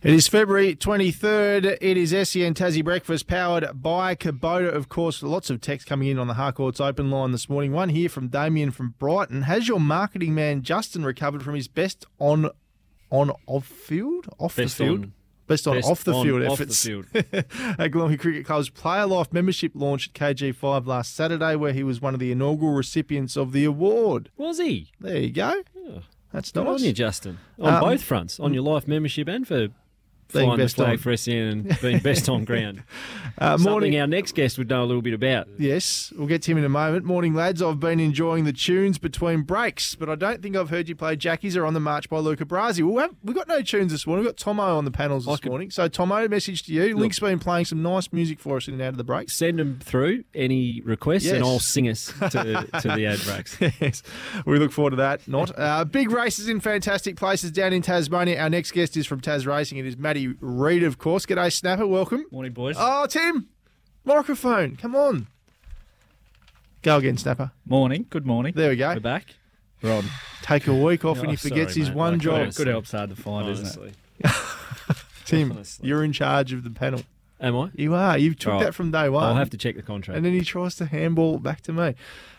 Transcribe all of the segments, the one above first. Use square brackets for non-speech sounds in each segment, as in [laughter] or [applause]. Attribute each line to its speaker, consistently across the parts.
Speaker 1: It is February 23rd. It is SEN Tassie Breakfast powered by Kubota. Of course, lots of text coming in on the Harcourt's open line this morning. One here from Damien from Brighton. Has your marketing man Justin recovered from his best on on off field? Off
Speaker 2: Best
Speaker 1: the field?
Speaker 2: on-
Speaker 1: best on
Speaker 2: best
Speaker 1: off the
Speaker 2: on
Speaker 1: field
Speaker 2: off the
Speaker 1: efforts.
Speaker 2: field.
Speaker 1: [laughs] at Glory Cricket Club's Player Life membership launch at KG5 last Saturday, where he was one of the inaugural recipients of the award.
Speaker 2: Was he?
Speaker 1: There you go. That's
Speaker 2: Good on
Speaker 1: nice.
Speaker 2: you, Justin. On
Speaker 1: Um,
Speaker 2: both fronts, on your life membership and for flying
Speaker 1: best
Speaker 2: the flag
Speaker 1: on.
Speaker 2: for SEN and being best on ground.
Speaker 1: [laughs] Uh,
Speaker 2: Something
Speaker 1: morning.
Speaker 2: our next guest would know a little bit about.
Speaker 1: Yes, we'll get to him in a moment. Morning, lads. I've been enjoying the tunes between breaks, but I don't think I've heard you play Jackie's or On the March by Luca Brasi. Well, we have- we've got no tunes this morning. We've got Tomo on the panels this
Speaker 2: I could-
Speaker 1: morning. So, Tomo, message to you. Link's been playing some nice music for us in and out of the breaks.
Speaker 2: Send them through any requests, and
Speaker 1: Yes.
Speaker 2: I'll sing us to, to the ad breaks.
Speaker 1: [laughs] yes, we look forward to that. Not uh, big races in fantastic places down in Tasmania. Our next guest is from Tas Racing. It is Maddie Reid, of course. G'day, Snapper. Welcome.
Speaker 3: Morning, boys.
Speaker 1: Oh, Tim, microphone. Come on. Go again, Snapper.
Speaker 3: morning. Good morning.
Speaker 1: There we go.
Speaker 3: We're back. We're on.
Speaker 1: Take a week off and
Speaker 2: Oh,
Speaker 1: he forgets
Speaker 2: sorry,
Speaker 1: his
Speaker 2: mate.
Speaker 1: one
Speaker 2: Like,
Speaker 1: job.
Speaker 2: Honestly.
Speaker 3: Good, good help's hard to find, isn't
Speaker 2: Honestly.
Speaker 3: it?
Speaker 1: Tim,
Speaker 2: honestly.
Speaker 1: you're in charge of the panel.
Speaker 2: Am I?
Speaker 1: You are. You took
Speaker 2: Right.
Speaker 1: that from day one.
Speaker 2: I'll have to check the
Speaker 1: And
Speaker 2: contract.
Speaker 1: then he tries to handball it back to me.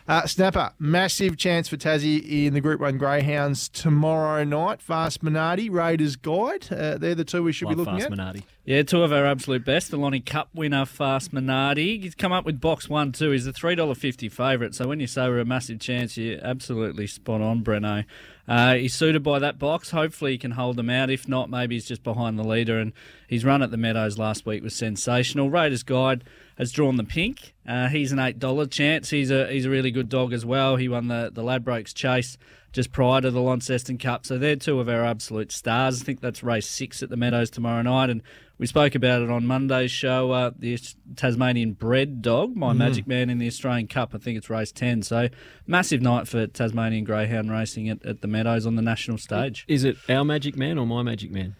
Speaker 1: Uh, snapper, massive chance for Tassie in the Group 1 Greyhounds tomorrow night. Fast Minardi, Raiders Guide. Uh, they're the two we should
Speaker 2: Love
Speaker 1: be looking
Speaker 2: Fast
Speaker 1: at.
Speaker 2: Minardi.
Speaker 3: Yeah, two of our absolute best. The Lonnie Cup winner, Fast Minardi. He's come up with box one, too. He's a $3.50 favourite. So when you say we're a massive chance, you're absolutely spot on, Breno. Uh, he's suited by that box. Hopefully, he can hold them out. If not, maybe he's just behind the leader. And his run at the Meadows last week was sensational. Raiders Guide has drawn the pink. Uh, he's an $8 chance. He's a he's a really good dog as well. He won the, the Ladbrokes Chase just prior to the Launceston Cup. So they're two of our absolute stars. I think that's race six at the Meadows tomorrow night. And we spoke about it on Monday's show. Uh, the Tasmanian bred dog,
Speaker 2: Mm-hmm.
Speaker 3: my magic man in the Australian Cup. I think it's race 10. So massive night for Tasmanian Greyhound racing at, at the Meadows on the national stage.
Speaker 2: Is it our magic man or my magic man?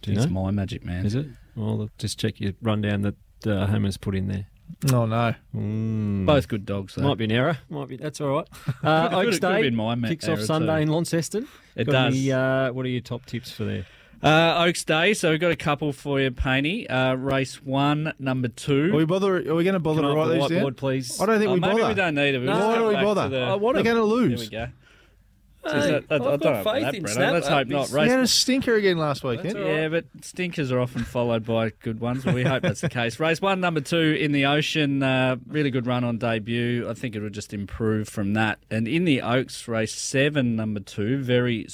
Speaker 2: Do you
Speaker 3: It's
Speaker 2: know?
Speaker 3: my magic man.
Speaker 2: Is it? I'll just check your rundown that uh, Homer's put in there.
Speaker 1: Oh, no.
Speaker 2: Mm.
Speaker 3: Both good dogs, though.
Speaker 2: Might be an error. Might be that's all right.
Speaker 3: [laughs]
Speaker 2: Uh,
Speaker 3: Could've-
Speaker 2: Oaks
Speaker 3: could've
Speaker 2: Day
Speaker 3: been my ma-
Speaker 2: kicks
Speaker 3: error
Speaker 2: off Sunday
Speaker 3: too.
Speaker 2: in Launceston.
Speaker 3: It
Speaker 2: Got
Speaker 3: does.
Speaker 2: Any, uh, what are your top tips for there?
Speaker 3: Uh, Oaks Day, so we've got a couple for you, Paney. Uh, race one, number two.
Speaker 1: Are we, bother, are we going to bother
Speaker 2: Can I
Speaker 1: to
Speaker 2: have
Speaker 1: write
Speaker 2: the
Speaker 1: these down?
Speaker 2: whiteboard, please?
Speaker 1: I don't think
Speaker 3: Oh,
Speaker 1: we
Speaker 3: maybe
Speaker 1: bother.
Speaker 3: we don't need it. We
Speaker 2: No,
Speaker 3: just
Speaker 2: why
Speaker 3: go
Speaker 2: do we
Speaker 3: back
Speaker 1: bother?
Speaker 3: To the,
Speaker 2: I want
Speaker 1: We're
Speaker 2: it.
Speaker 1: going to
Speaker 3: There
Speaker 1: lose.
Speaker 3: we go.
Speaker 2: Hey,
Speaker 3: Is that- I- I
Speaker 2: I've
Speaker 3: don't know
Speaker 2: got
Speaker 3: about
Speaker 2: faith
Speaker 3: that,
Speaker 2: in uh,
Speaker 3: Breno.
Speaker 2: Snapper.
Speaker 3: Let's hope not.
Speaker 2: He's-
Speaker 3: Race
Speaker 1: We had a stinker again last weekend.
Speaker 2: all
Speaker 3: Yeah, but stinkers are often followed by good ones. We hope that's the case. Race one, number two in the ocean. Uh, really good run on debut. I think it'll just improve from that. And in the Oaks, race seven, number two, very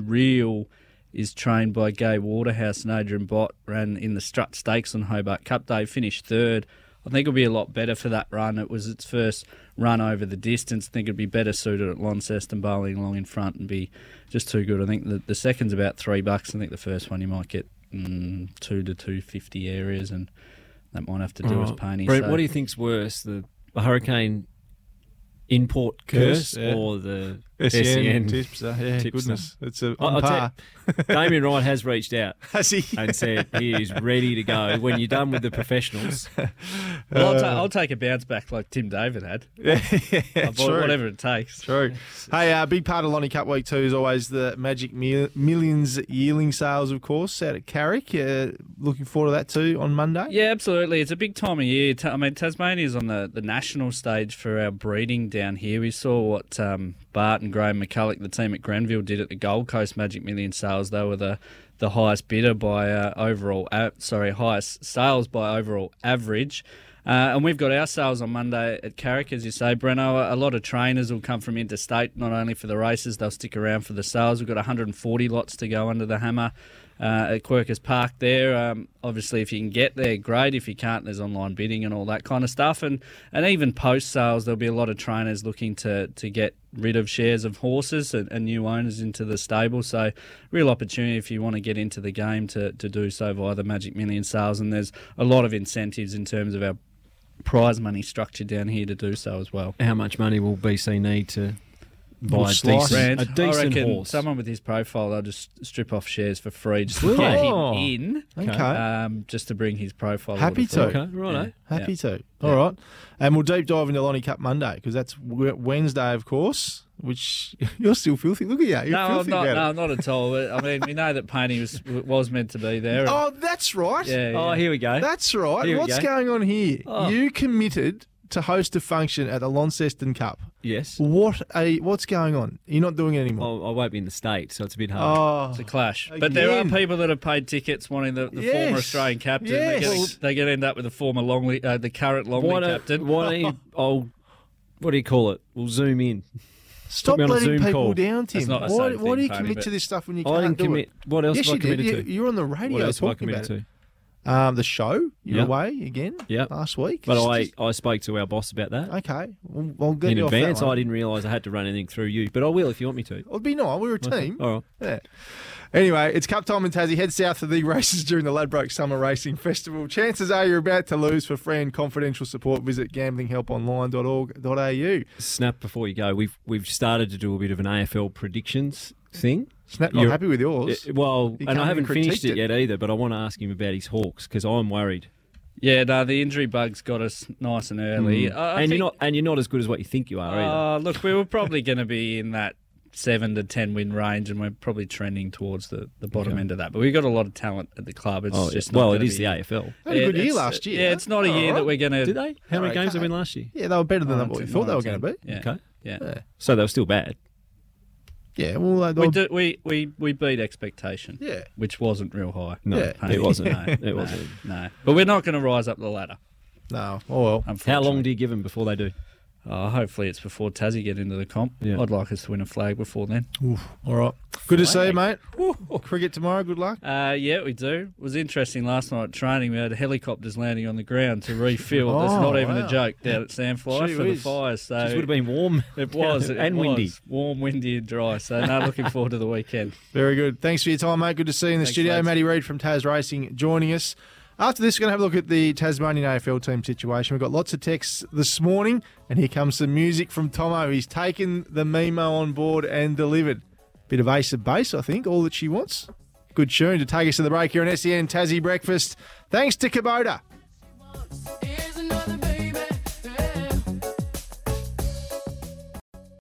Speaker 3: surreal. Is trained by Gay Waterhouse and Adrian Bott. Ran in the Strut Stakes on Hobart Cup Day, finished third. I think it'll be a lot better for that run. It was its first run over the distance. I think it'd be better suited at Launceston, bowling along in front and be just too good. I think the, the second's about three bucks. I think the first one you might get mm, two to two fifty areas, and that might have to do
Speaker 2: All
Speaker 3: with
Speaker 2: right.
Speaker 3: pony.
Speaker 2: Brent,
Speaker 3: so-
Speaker 2: what do you think's worse, the hurricane import curse,
Speaker 1: Curse, yeah.
Speaker 2: or the
Speaker 1: SEN
Speaker 2: SEN?
Speaker 1: E tips, [laughs] uh, yeah,
Speaker 2: E tipster.
Speaker 1: goodness. It's a,
Speaker 2: I-
Speaker 1: on
Speaker 2: I'll
Speaker 1: par.
Speaker 2: [laughs] Damien Wright has reached out
Speaker 1: Has he?
Speaker 2: and said he is ready to go when you're done with the professionals.
Speaker 3: Well,
Speaker 2: Uh,
Speaker 3: I'll, ta- I'll take a bounce back like Tim
Speaker 2: [laughs]
Speaker 3: David had.
Speaker 1: yeah,
Speaker 3: I'll buy
Speaker 1: true.
Speaker 3: whatever it takes.
Speaker 1: True. Hey, uh, big part of Lonnie Cup Week too is always the Magic Mil- Millions yearling sales, of course, out at Carrick. Uh, looking forward to that too on Monday.
Speaker 3: Yeah, absolutely. It's a big time of year. Ta- I mean, Tasmania's on the, the national stage for our breeding down here. We saw what um, Bart and Graham McCulloch, the team at Granville, did at the Gold Coast Magic Million sales. They were the, the highest bidder by uh, overall, a- sorry, highest sales by overall average. Uh, and we've got our sales on Monday at Carrick, as you say, Breno. A lot of trainers will come from interstate, not only for the races, they'll stick around for the sales. We've got 140 lots to go under the hammer uh, at Quirkers Park there. Um, obviously, if you can get there, great. If you can't, there's online bidding and all that kind of stuff. And, and even post sales, there'll be a lot of trainers looking to, to get rid of shares of horses and, and new owners into the stable. So, real opportunity if you want to get into the game to, to do so via the Magic Million sales. And there's a lot of incentives in terms of our prize money structure down here to do so as well.
Speaker 2: How much money will BC need to buy
Speaker 1: Well,
Speaker 2: a
Speaker 1: slice.
Speaker 2: decent,
Speaker 3: Brand,
Speaker 2: a
Speaker 3: I
Speaker 2: decent
Speaker 3: reckon
Speaker 2: horse?
Speaker 3: someone with his profile, they'll just strip off shares for free just
Speaker 1: Will
Speaker 3: to get
Speaker 1: they?
Speaker 3: him
Speaker 1: Oh.
Speaker 3: in,
Speaker 1: Okay.
Speaker 3: um, just to bring his profile.
Speaker 1: Happy
Speaker 3: to.
Speaker 1: to.
Speaker 2: Okay, right.
Speaker 1: Happy to. All right. And we'll deep dive into Lonnie Cup Monday because that's w- Wednesday, of course, which [laughs] you're still filthy. Look at you. You're
Speaker 3: No, I'm
Speaker 1: filthy
Speaker 3: not.
Speaker 1: about
Speaker 3: No,
Speaker 1: it.
Speaker 3: not at all. I mean, we know that Paney was was meant to be there.
Speaker 1: Oh, that's right.
Speaker 3: yeah, yeah.
Speaker 2: Oh, here we go.
Speaker 1: That's right.
Speaker 2: Here we
Speaker 1: What's
Speaker 2: go.
Speaker 1: going on here?
Speaker 3: Oh.
Speaker 1: You committed to host a function at the Launceston Cup.
Speaker 2: yes.
Speaker 1: What a what's going on? You're not doing it
Speaker 2: I,
Speaker 1: anymore.
Speaker 2: I won't be in the state, so it's a bit hard.
Speaker 1: Oh,
Speaker 3: It's a clash. But there are
Speaker 1: Again.
Speaker 3: people that have paid tickets wanting the, the
Speaker 1: Yes.
Speaker 3: former Australian captain.
Speaker 1: Yes.
Speaker 3: They're,
Speaker 1: Well-
Speaker 3: gonna, they're gonna end up with the former Longley, uh, the current Longley
Speaker 2: why don't,
Speaker 3: captain.
Speaker 2: why don't
Speaker 3: [laughs]
Speaker 2: you? I'll. What do you call it? We'll zoom in.
Speaker 1: stop
Speaker 2: me on a
Speaker 1: letting
Speaker 2: Zoom
Speaker 1: people
Speaker 2: call.
Speaker 1: down, Tim.
Speaker 3: That's not the
Speaker 1: why
Speaker 3: same
Speaker 1: why do
Speaker 3: thing,
Speaker 1: you
Speaker 3: Tony,
Speaker 1: commit
Speaker 3: but
Speaker 1: to this stuff when you
Speaker 2: I
Speaker 1: can't
Speaker 2: didn't
Speaker 1: do
Speaker 2: commit.
Speaker 1: it?
Speaker 2: What else
Speaker 1: yes,
Speaker 2: have I
Speaker 1: you did.
Speaker 2: committed
Speaker 1: You,
Speaker 2: to?
Speaker 1: you were on the radio
Speaker 2: what else have I
Speaker 1: talking
Speaker 2: committed
Speaker 1: about it.
Speaker 2: to?
Speaker 1: Um, the show you're
Speaker 2: Yep.
Speaker 1: away again.
Speaker 2: Yep.
Speaker 1: last week.
Speaker 2: But
Speaker 1: Just-
Speaker 2: I,
Speaker 1: just-
Speaker 2: I spoke to our boss about that
Speaker 1: okay. Well, I'll get
Speaker 2: in
Speaker 1: you
Speaker 2: advance.
Speaker 1: Off that
Speaker 2: I
Speaker 1: one. Mm-hmm.
Speaker 2: didn't realise I had to run anything through you, but I will if you want me to.
Speaker 1: It'd be nice. We were a team.
Speaker 2: All right.
Speaker 1: Yeah. Anyway, it's Cup time in Tassie. Head south to the [laughs] races during the Ladbroke Summer Racing Festival. Chances are you're about to lose. For free and confidential support, visit gamblinghelponline.org.au.
Speaker 2: Snap before you go. We've weve started to do a bit of an AFL predictions thing.
Speaker 1: Snap, not
Speaker 2: You're-
Speaker 1: happy with yours.
Speaker 2: Uh, well,
Speaker 1: You
Speaker 2: and
Speaker 1: can't
Speaker 2: I
Speaker 1: even
Speaker 2: haven't finished
Speaker 1: critiqued
Speaker 2: it
Speaker 1: it.
Speaker 2: yet either, but I want to ask him about his Hawks because I'm worried.
Speaker 3: Yeah, no, the injury bug's got us nice and early.
Speaker 1: Hmm.
Speaker 3: Uh, I
Speaker 2: and
Speaker 3: think-
Speaker 2: you're not and you're not as good as what you think you are either.
Speaker 3: Uh, look, we were probably going to be in that seven to ten win range, and we're probably trending towards the, the bottom end of that. But we've got a lot of talent at the club. It's
Speaker 2: Oh,
Speaker 3: just not
Speaker 2: well, it
Speaker 3: gonna
Speaker 2: is
Speaker 3: be-
Speaker 2: the AFL.
Speaker 1: They had a good year
Speaker 3: it's-
Speaker 1: last year. Oh,
Speaker 3: Yeah, it's not a
Speaker 1: All
Speaker 3: year
Speaker 1: right.
Speaker 3: that we're going to.
Speaker 2: Did they? How
Speaker 1: No,
Speaker 2: many games
Speaker 1: they
Speaker 2: they win last year?
Speaker 1: yeah, they were better than what you thought they were going to be.
Speaker 3: Yeah.
Speaker 2: Okay.
Speaker 3: Yeah.
Speaker 2: So they were still bad.
Speaker 1: Yeah, well, they
Speaker 3: We,
Speaker 1: were-
Speaker 3: do, we we we beat expectation.
Speaker 1: Yeah.
Speaker 3: Which wasn't real high.
Speaker 2: No,
Speaker 1: Yeah.
Speaker 2: it wasn't.
Speaker 3: [laughs] No,
Speaker 2: it wasn't.
Speaker 3: No, but we're not going to rise up the ladder.
Speaker 1: no. Oh well.
Speaker 2: How
Speaker 3: Unfortunately.
Speaker 2: long do you give them before they do?
Speaker 3: Oh, hopefully, it's before Tassie get into the comp.
Speaker 2: Yeah.
Speaker 3: I'd like us to win a flag before then.
Speaker 1: Oof, all right. Good to see you, mate. Cricket tomorrow. Good luck.
Speaker 3: Uh, yeah, we do. It was interesting last night at training. We had helicopters landing on the ground to refuel.
Speaker 1: [laughs] Oh,
Speaker 3: That's not even
Speaker 1: wow.
Speaker 3: a joke down at Sandfly
Speaker 1: Gee
Speaker 3: for
Speaker 1: whiz.
Speaker 3: the fires. So
Speaker 2: This would have been warm.
Speaker 3: it
Speaker 2: [laughs]
Speaker 3: was it
Speaker 2: and
Speaker 3: was.
Speaker 2: windy.
Speaker 3: warm, windy, and dry. So no, looking forward to the weekend.
Speaker 1: Very good. Thanks for your time, mate. Good to see you in the
Speaker 3: Thanks,
Speaker 1: studio.
Speaker 3: lads.
Speaker 1: Matty Reid from Tas Racing joining us. After this, we're going to have a look at the Tasmanian AFL team situation. We've got lots of texts this morning, and here comes some music from Tomo. He's taken the memo on board and delivered. Bit of ace of base, I think, E all that she wants. Good tune to take us to the break here on SEN Tassie Breakfast. Thanks to Kubota.